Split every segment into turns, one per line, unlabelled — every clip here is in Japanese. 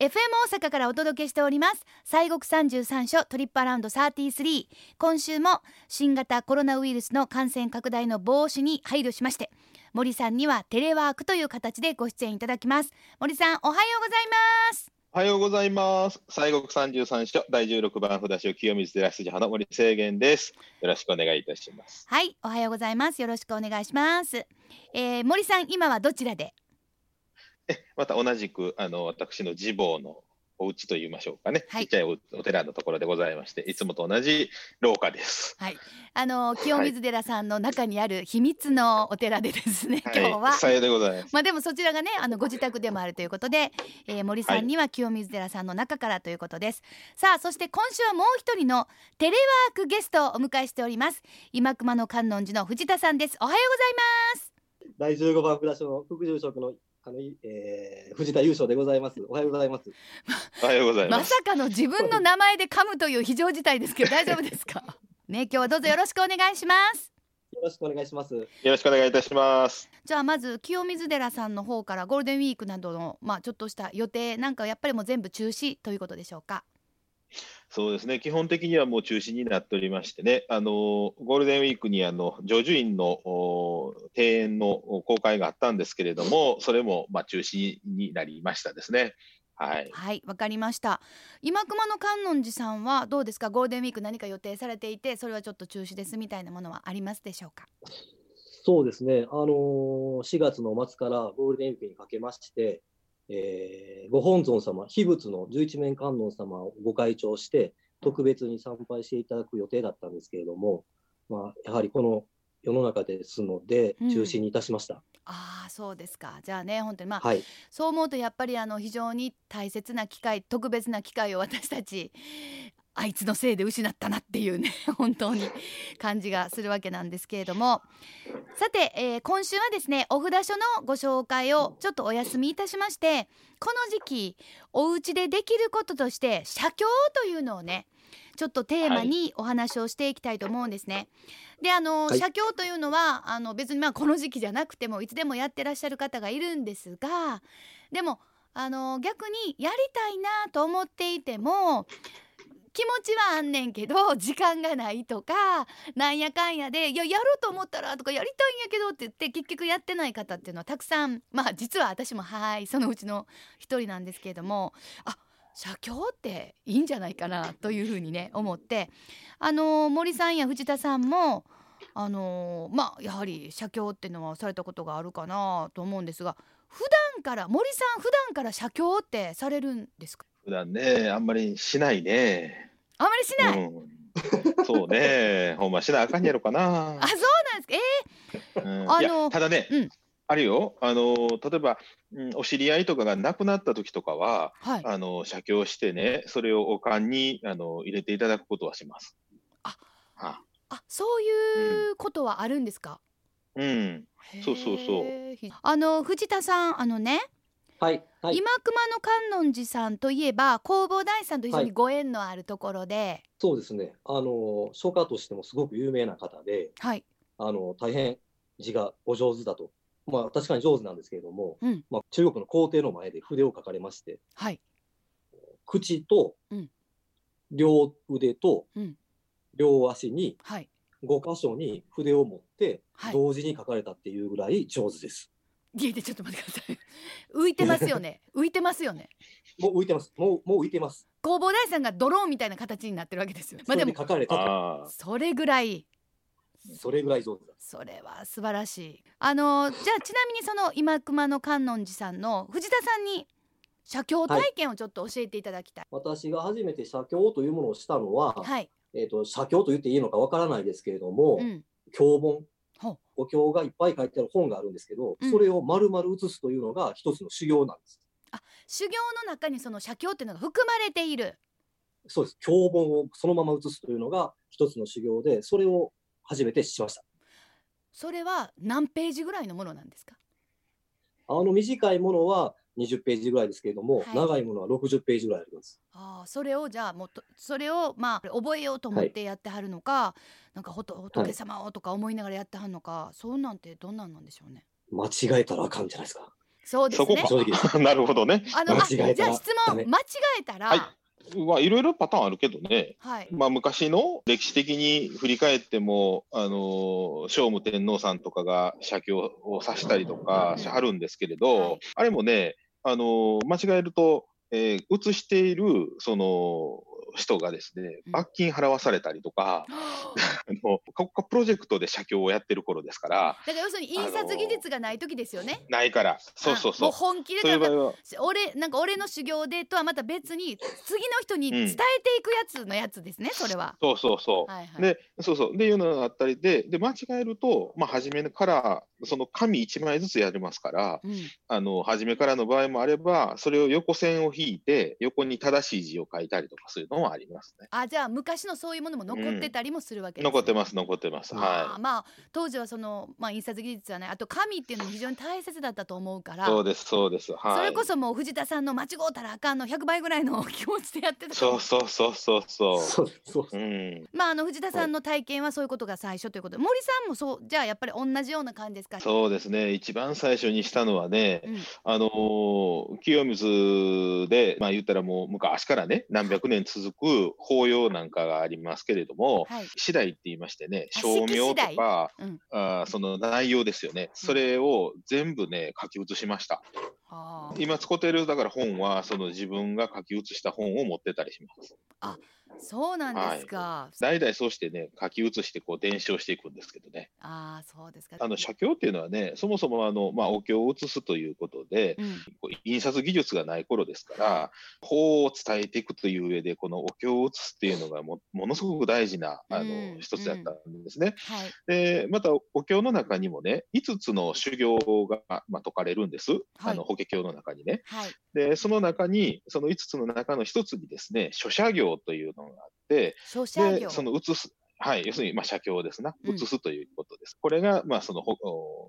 FM 大阪からお届けしております西国33所トリップアラウンド33今週も新型コロナウイルスの感染拡大の防止に配慮しまして森さんにはテレワークという形でご出演いただきます森さんおはようございます
おはようございます。西国三十三所第十六番札所清水寺筋花森清源です。よろしくお願いいたします。
はいおはようございますよろしくお願いします、えー、森さん今はどちらで
また同じくあの私の自坊のお家と言いましょうかね。
はい
ちっちゃいおお寺のところでございまして、いつもと同じ廊下です。
あの清水寺さんの中にある秘密のお寺でですね、
い、
今日は
さようでございます。
まあでもそちらがねあのご自宅でもあるということで、えー森さんには清水寺さんの中からということです、さあそして今週はもう一人のテレワークゲストをお迎えしております今熊野観音寺の藤田さんですおはようございま
第15番札所の副住職のあの、いえー藤田優勝でございます。おはようございます。
おはようござい
す
ま。
ますさかの自分の名前で噛むという非常事態ですけど大丈夫ですかね今日はどうぞよろしくお願いします
よろしくお願いします。
よろしくお願いいたします。
じゃあまず清水寺さんの方からゴールデンウィークなどのまあちょっとした予定なんかはやっぱりもう全部中止ということでしょうか
そうですね。基本的にはもう中止になっておりましてね、あのゴールデンウィークにあの常住院のお庭園のお公開があったんですけれども、それもまあ中止になりましたですね。はい。
はい、わかりました。今熊野観音寺さんはどうですか。ゴールデンウィーク何か予定されていて、それはちょっと中止ですみたいなものはありますでしょうか。
そうですね、あのー4月の末からゴールデンウィークにかけまして、えーご本尊様、秘仏の十一面観音様をご開帳して、特別に参拝していただく予定だったんですけれども、まあ、やはりこの世の中ですので
うん、
中止にいたしました。
ああ、そうですか。じゃあね、本当にまあ、
はい、
そう思うとやっぱりあの非常に大切な機会、特別な機会を私たち。あいつのせいで失ったなっていうね 本当に感じがするわけなんですけれどもさて、えー今週はですねお札所のご紹介をちょっとお休みいたしましてこの時期お家でできることとして写経というのをねちょっとテーマにお話をしていきたいと思うんですね。であの、
はい
写経というのはあの別にまあこの時期じゃなくてもいつでもやってらっしゃる方がいるんですがでもあの逆にやりたいなと思っていても気持ちはあんねんけど時間がないとかなんやかんやで「いややろうと思ったら」とか「やりたいんやけど」って言って結局やってない方っていうのはたくさんまあ実は私もはいそのうちの一人なんですけれどもあ写経っていいんじゃないかなというふうにね思ってあの森さんや藤田さんもあのまあやはり写経っていうのはされたことがあるかなと思うんですが普段から森さん普段から写経ってされるんですか
普段ね、あんまりしないね。
あまりしない、
うん、そうね、ほんましなあかんやろかな
あ。そうなんですかえ
うん
あの
いやただね、
うん
あるよ。あの例えば、うん、お知り合いとかが亡くなった時とかは、
ーはい
あの写経してね、それをお棺にあの入れていただくことはします。
あ
は
あそういううことはあるんですか、
うん、そうそうそう
へーひあの藤田さんあのね
はい、はい、
今熊野観音寺さんといえば弘法大師さんと非常にご縁のあるところで、
そうですね、あのー書家としてもすごく有名な方で、
はい、
あの大変字がお上手だと、まあ、確かに上手なんですけれども、
うん
まあ、中国の皇帝の前で筆を書かれまして
はい、
口と
うん
両腕と
うん
両足に
はい、
5箇所に筆を持って
はい
同時に書かれたっていうぐらい上手です。
いやいやちょっと待ってください。 浮いてますよ ね。浮いてますよね。
もう浮いてます。もうもう浮いてます。
弘法大師さんがドローンみたいな形になってるわけですよ。まあでも
それで書かれたと
ああ、
それぐらい
それぐらい上手だ。
それは素晴らしい。あのじゃあちなみにその今熊野観音寺さんの藤田さんに写経体験をちょっと教えていただきたい。
私が初めて写経というものをしたのは、
はい。
えー、と写経と言っていいのかわからないですけれども、
うん。
経本
ほう
お経がいっぱい書いてある本があるんですけど、
うん
それを丸々写すというのが一つの修行なんです。
修行の中にその写経っていうのが含まれている。
そうです。経本をそのまま写すというのが一つの修行で、それを初めてしました。
それは何ページぐらいのものなんですか。
あの短いものは20ページぐらいですけれども、
はい
長いものは60ページぐらいあります。
ああ、それをじゃあもうとそれをまあ覚えようと思ってやってはるのか、なんかほと仏様をとか思いながらやってはるのか、そうなんてどんなんなんでしょうね。
間違えたらあかんじゃないですか。
そうです
そこ
ね
か。
正直で す。
なるほどね。
あのあ
間違えたら
じゃあ質
ダ
問
メ
間違えたら、
は
はいい、
まあいろいろパターンあるけどね。まあ、昔の歴史的に振り返っても、あのー聖武天皇さんとかが写経を指したりとか
うん
しはるんですけれ
は
ど
い、
あれもね、あのー間違えると、えー写しているその人がですね
うん
罰金払わされたりとか、あの国家プロジェクトで写経をやってる頃ですから、
だから要するに印刷技術がない時ですよね。
ないから、そうそう
あも
そう
う。本気で
そうい
な
うん場
か
合は、
俺なんか俺の修行でとはまた別に次の人に
うん
伝えていくやつのやつですね、それは。
そうそうそう。
はいはい。
で、そうそう、でいうのがあったりで、で間違えると、まあ、初めからその紙1枚ずつやりますから、
うん
あの初めからの場合もあれば、それを横線を引いて、横に正しい字を書いたりとかするのもありますね。
あじゃあ昔のそういうものも残ってたりもするわけですね、
残ってます、残ってます。
あー
は
まあ当時はその、まあ、印刷技術はねあと紙っていうのも非常に大切だったと思うか
い。
ら
そうです、そうです。はい。
それこそもう藤田さんの間違うたらあかんの100倍ぐらいの 気持ちでやってたと
そ
思
うそうそうそうそ
そうそう
う。うん。
まああの藤田さんの体験はそういうことが最初ということで森さんもそうじゃあやっぱり同じような感じですか
そうですね、一番最初にしたのはね、
うん
あのー清水で、まあ、言ったらもう昔からね、何百年続く法要なんかがありますけれども、
はい
次第って言いましてね、
あ
照明
式次
とか、
第うん
あーその内容ですよね、それを全部ね、書き写しました。
あー
今使ってるだから本は、その自分が書き写した本を持ってたりします。
そうなんですか、
代々そうしてね、書き写してこう伝承していくんですけどね。
ああそうですか
あの写経っていうのはね、そもそもあの、まあ、お経を写すということで、
うん
こう印刷技術がない頃ですから法を伝えていくという上でこのお経を写すっていうのがもものすごく大事なあ
う
の、
ん
一つだったんですね。
はい
でまたお経の中にもね5つの修行が、まあ、解かれるんです、あの法華経の中にね。
はい
でその中にその5つの中の1つにですね諸社行というのがあって
書写
で
業
その写す。はい、要するに、まあ、写経ですな。
うん
写すということです。これが、まあ、その、ほ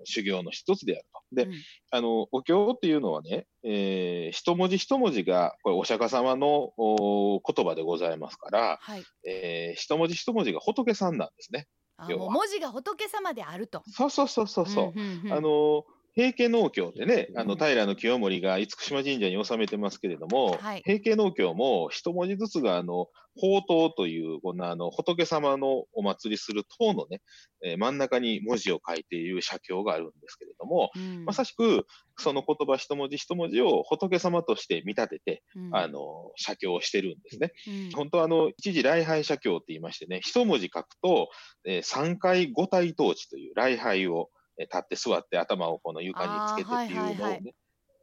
お修行の一つであると。で、
うん
あの、お経っていうのはね、えー一文字一文字が、これお釈迦様のお言葉でございますから、
はい
えー一文字一文字が仏さんなんですね。
あ
要
もう
は
文字が仏様であると
そうそうそうそうそ
うん
う。
うんうん
あの、平家農協ってね、あ
う
の
ん
平清盛が厳島神社に納めてますけれども、
はい
平家農協も一文字ずつがあの宝刀というこんなあの仏様のお祭りする塔のね、えー真ん中に文字を書いている写経があるんですけれども、
うん
まさしくその言葉一文字一文字を仏様として見立てて、
うん
あの写経をしてるんですね。
うん
本当はあの一時礼拝写経って言いましてね、一文字書くと、えー、3回五体統治という礼拝を、えー立って座って頭をこの床につけてっていうのを
あーはい
ね、
はいはい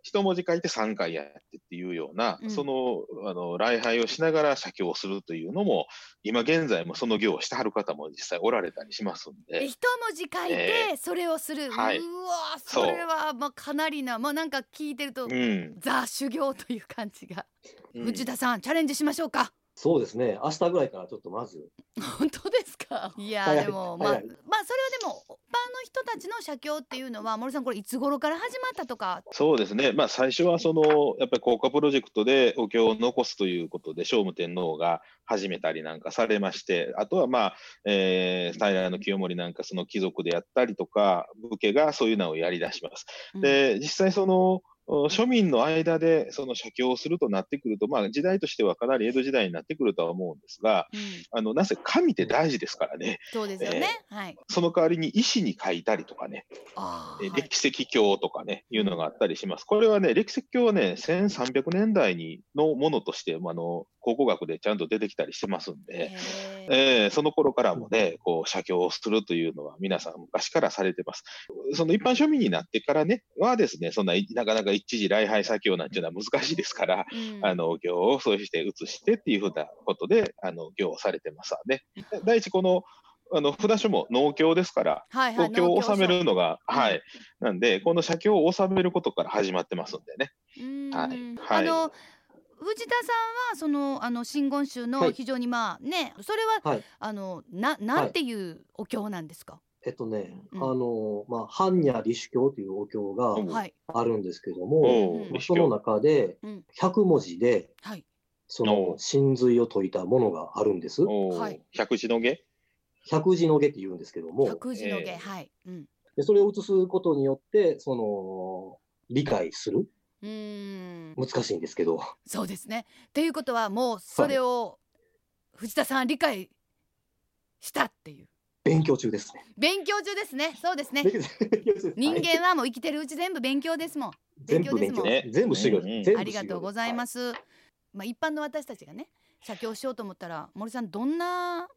一文字書いて3回やってっていうような、
うん
そのあの礼拝をしながら写経をするというのも、今現在もその行をしてはる方も実際おられたりしますん
で
で、
一文字書いてそれをする、
はいう
わー
そう
それはまあかなりなまあなんか聞いてると、
うん、
ザ修行という感じが、
うん
藤田さんチャレンジしましょうか
そうですね。明日ぐらいからちょっとまず、
本当ですかいや
早い
ーでもまあまあそ
早い
れはでも一般の人たちの写経っていうのは森さんこれいつ頃から始まったとか
そうですね、まあ、最初はそのやっぱり効果プロジェクトでお経を残すということで聖武天皇が始めたりなんかされましてあとは、まあえー、平清盛なんかその貴族でやったりとか武家がそういうのをやりだします。で実際そのお庶民の間でその写経をするとなってくると、まあ、時代としてはかなり江戸時代になってくるとは思うんですが
うん、
あのなぜ神って大事ですからね
そうですよね、はい
その代わりに石に書いたりとかね
あ
え
ー、
ー
はい
歴史教とかね、いうのがあったりします。これはね、歴史教はね、1300年代にのものとして、まああの考古学でちゃんと出てきたりしてますんで、
へー
えーその頃からもね、こう、写経をするというのは皆さん昔からされてます。その一般庶民になってからね、はですね、そんな、なかなか一時礼拝作業なんていうのは難しいですから、
うん
あの行をそうして移してっていうふうなことであの行をされてますわね。第一このあの札所も農協ですから
はいはい
東京を
農協
治めるのが、
うん
はい、なんで、この写経を治めることから始まってますんでね。
うん
はい
あ
はい
の藤田さんはそのあの真言宗
は
の
い
非常にまあね、それは、
はい
あのななんていうお経なんですか。
えっとね、
うん
あの、まあ、般若理主教というお経が
うん
はい。
あるんですけども、
お
う
うん
まあその中で
うん
100文字で、
はい。
そ
お
の
う
真髄を解いたものがあるんです。
おう
はい
百字の下
百字の下って言うんですけども、
百字の下、
えー
はい。うん。
でそれを写すことによって、その、理解する
うーん
難しいんですけど
そうですね。ということはもうそれを藤田さん理解したっていう
勉強中ですね。
勉強中ですね。そうですね。
勉強中
人
はい
間はもう生きてるうち全部勉強ですもん。
全部
勉
勉
強
強
ですもん
全部修行
うんうん
です。。
ありがとうございますす。まあ一般の私たちがね写経しようと思ったら森さんどんな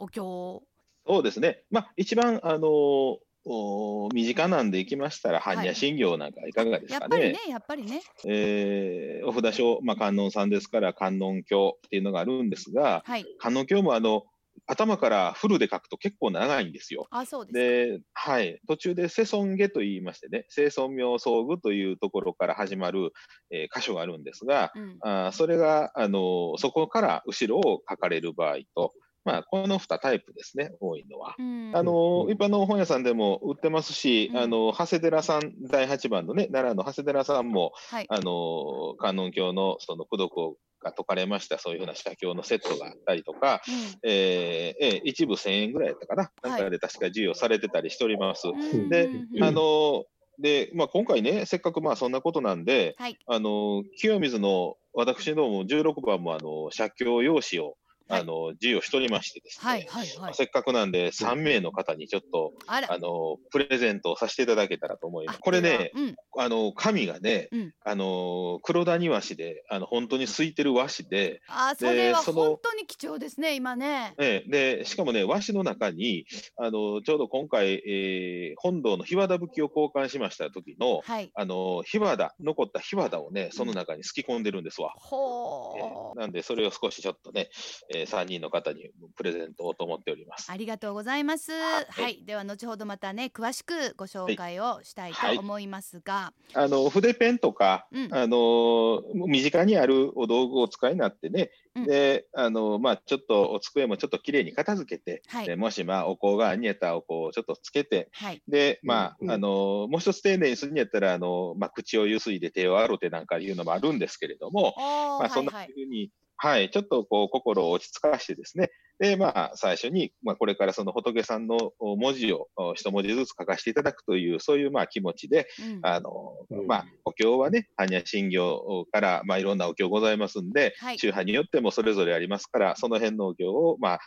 お経を
そうですね、まあ、一番、あのお身近なんでいきましたら、
はい
般若心経なんかいかがで
や
す
っ
か
ぱり
ね
ね。やっぱりね
えーお札書、まあ、観音さんですから、観音経っていうのがあるんですが、
はい
観音経もあの頭からフルで書くと結構長いんですよ。
あそうです
で、はい、途中で世尊下と言いましてね、世尊名相具というところから始まる、えー箇所があるんですが、
か。うん
あーそれが、あのそこから後ろを書かれる場合と、まあ、この2タイプですね、多いのは。
うん
あの
うん
一般の本屋さんでも売ってますし、
うん
あの長谷寺さん、第8番のね、奈良の長谷寺さんも、
はい
あの観音経のその功徳が解かれました、そういうふうな写経のセットがあったりとか、えーえー一部1000円ぐらいやったかな、なんかで確か授与されてたりしております。
うんうん
で
うん
あのでまあ、今回ね、せっかくまあそんなことなんで、
はい
あの清水の私ども16番もあの写経用紙を、
はい
あの授与しておりましてですね。
はいはいはい
せっかくなんで3名の方にちょっと、
あら
あのプレゼントをさせていただけたらと思いま
あ
す。これね、
うん
あの紙がね、
うん
あの黒谷和紙で、あの本当に空いてる和紙で、
あそ
で
れは
その
本当に貴重ですね今ね
ええでしかもね和紙の中にあのちょうど今回、えー本堂の日和田吹きを交換しました時の
はい
あの日和田残った日和田をねその中にすき込んでるんですわ。ええ
ほう
なんでそれを少しちょっとね、え3人の方にプレゼントをと思っております。
ありがとうございます。
はい
はい、では後ほどまたね詳しくご紹介をしたいと思いますが、
あの筆ペンとか、
うん
あの身近にあるお道具をお使いになってね、
うん
であのまあ、ちょっとお机もちょっときれいに片付けて、
はい
でもし、まあ、お香があにやったらお香をちょっとつけて、
はい、
でまあ
うん
あのもう一つ丁寧にするんやったらあの、まあ、口をゆすいで手を洗うてなんかいうのもあるんですけれども、
おー、
まあ、
は
そん
い
な
はい
ふ、うに、はい、ちょっとこう心を落ち着かしてですね、で、まあ、最初に、まあ、これからその仏さんのお文字をお一文字ずつ書かせていただくという、そういうまあ気持ちで、
うん、
あの
うん
まあ、お経はね、般若心経から、まあ、いろんなお経ございますんで、
はい
宗派によってもそれぞれありますから、その辺のお経を、まあ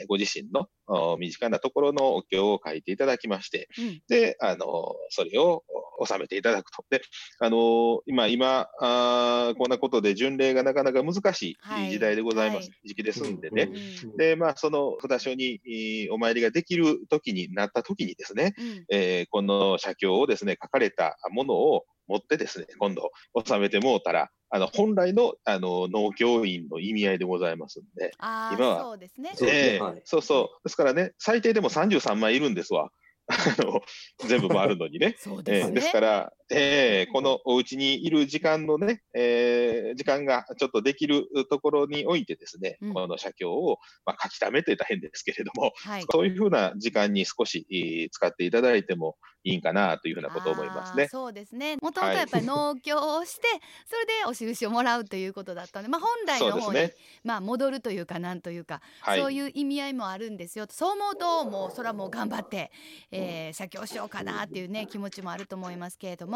えーご自身のお身近なところのお経を書いていただきまして、
うん
で、あのそれをお収めていただくと。で、あの今、今あーこんなことで巡礼がなかなか難し
はい
い時代でございま
は
す、
い
時期ですんで
う
ね
ん。
で、まあ、その札所にえーお参りができる時になった時にですね、
うん、
えーこの写経をですね、書かれたものを持ってですね、今度収めてもうたら、あの、本来の、あの、農協員の意味合いでございますんで。
あー
今は
そうですね。。
そうですね
えー
はい
そうそう。ですからね、最低でも33枚いるんですわ。あの、全部回るのにね
そう
え
です
ー
ね。
ですから、えーこのお家にいる時間のね、えー時間がちょっとできるところにおいてですね、
うん
この写経を、まあ、書き溜めと言ったら変ですけれども、
はい。
そういうふうな時間に少しえー使っていただいてもいいんかなというふうなことを思います
あー
ね。
そうですね。もともとやっぱり農協をして、それでお印をもらうということだったので、まあ本来
そう
の
です
方に、
ね。
まあ戻るというかなんというか、
はい。
そういう意味合いもあるんですよそう思うともうそれはもう頑張って、えー、写経しようかなっていうね気持ちもあると思いますけれども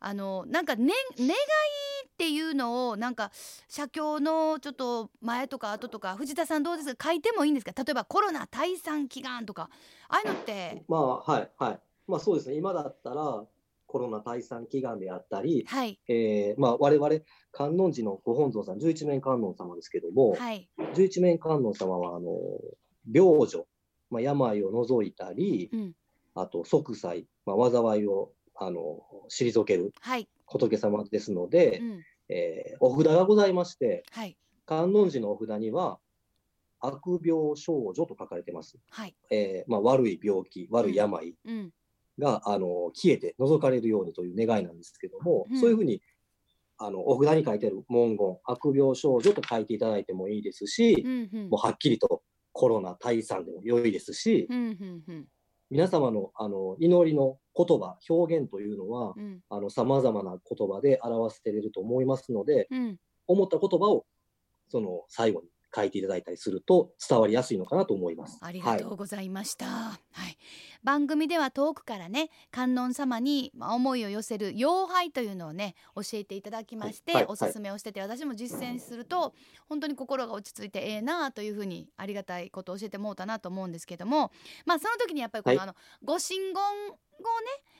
あのなんか、ね、願いっていうのをなんか写経のちょっと前とか後とか藤田さんどうですか書いてもいいんですか例えばコロナ退散祈願とかああいうのって
まあはいはい。まあそうですね。今だったらコロナ退散祈願であったり、
はい
えーまあ我々観音寺のご本尊さん十一面観音様ですけども、
はい
十一面観音様はあの病女、まあ病を除いたり、
うん
あと息災、まあ災いをあの退ける
はい
仏様ですので、
うん
えーお札がございまして、
はい
観音寺のお札には悪病少女と書かれてます。
はい
えーまあ、悪い病気、悪い病、
うん
が、あの消えて覗かれるようにという願いなんですけども、
うん
そういうふうにあのお札に書いてある文言「悪病少女」と書いていただいてもいいですし、
うんうん
もうはっきりと「コロナ退散」でも良いですし、
うんうんうん
皆様のあの祈りの言葉表現というのは
うん
さまざまな言葉で表せれると思いますので
うん
思った言葉をその最後に書いていただいたりすると伝わりやすいのかなと思います。
ありがと
は
うございました、はい番組では遠くからね観音様にまあ思いを寄せる妖拝というのをね教えていただきまして、
はいはい
おすすめをしてて私も実践すると本当に心が落ち着いてええなあというふうにありがたいことを教えてもうたなと思うんですけどもまあその時にやっぱりこの、
は
あ
い
のご神言をね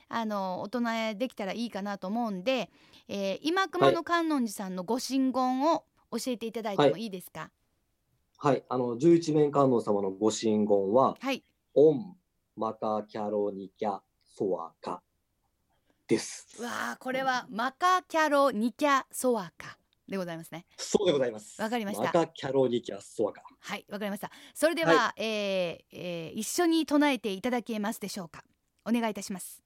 あの大人へできたらいいかなと思うんで、えー今熊
は
野観音寺さんのご神言を教えていただいてもいいですか
い、はい、あの十一面観音様のご神言は
はい
オンマカキャロニキャソワカです。
うわあこれはマカキャロニキャソワカでございますね
そうでございます。
わかりました
マカキャロニキャソワカ。
はいわかりましたそれでは、えーえー一緒に唱えていただけますでしょうかお願いいたします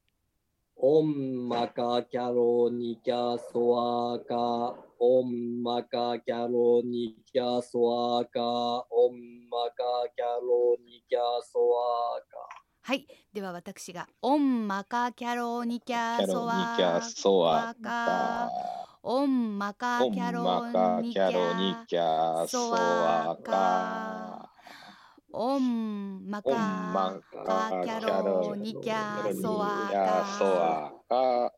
オンマカキャロニキャソワカ。オンマカキャロニキャソワカ。オンマカキャロニキャソワカ。
はいでは私がオンマカキャロニキ
キ
ャ
ャ
ソ
ロニ
ワ
キャソワ
カ
カ。
オンマカ
オン
キャ
マカ
ロニ
キ
キ
ャロニ
ャ
キャソワカ。
オンマ
オン
カ
マカキャロニ
キャ
ソ
ソワ
ワカ。
は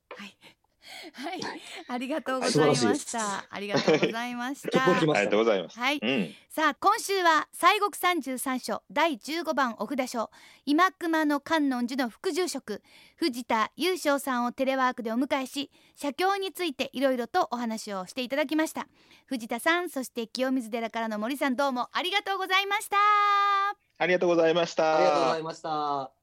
い、はい、ありがとうございま
素晴ら
し
しいで
た。ありがとうございました。
届き
あり
ま
が
し
とう
た。
ございます。
はい、
うん。
さあ今週は西国三十三所第十五番お札所今熊の観音寺の副住職藤田雄翔さんをテレワークでお迎えし写経についていろいろとお話をしていただきました藤田さんそして清水寺からの森さんどうもありがとうございました
ありがとうございました。
ありがとうございました。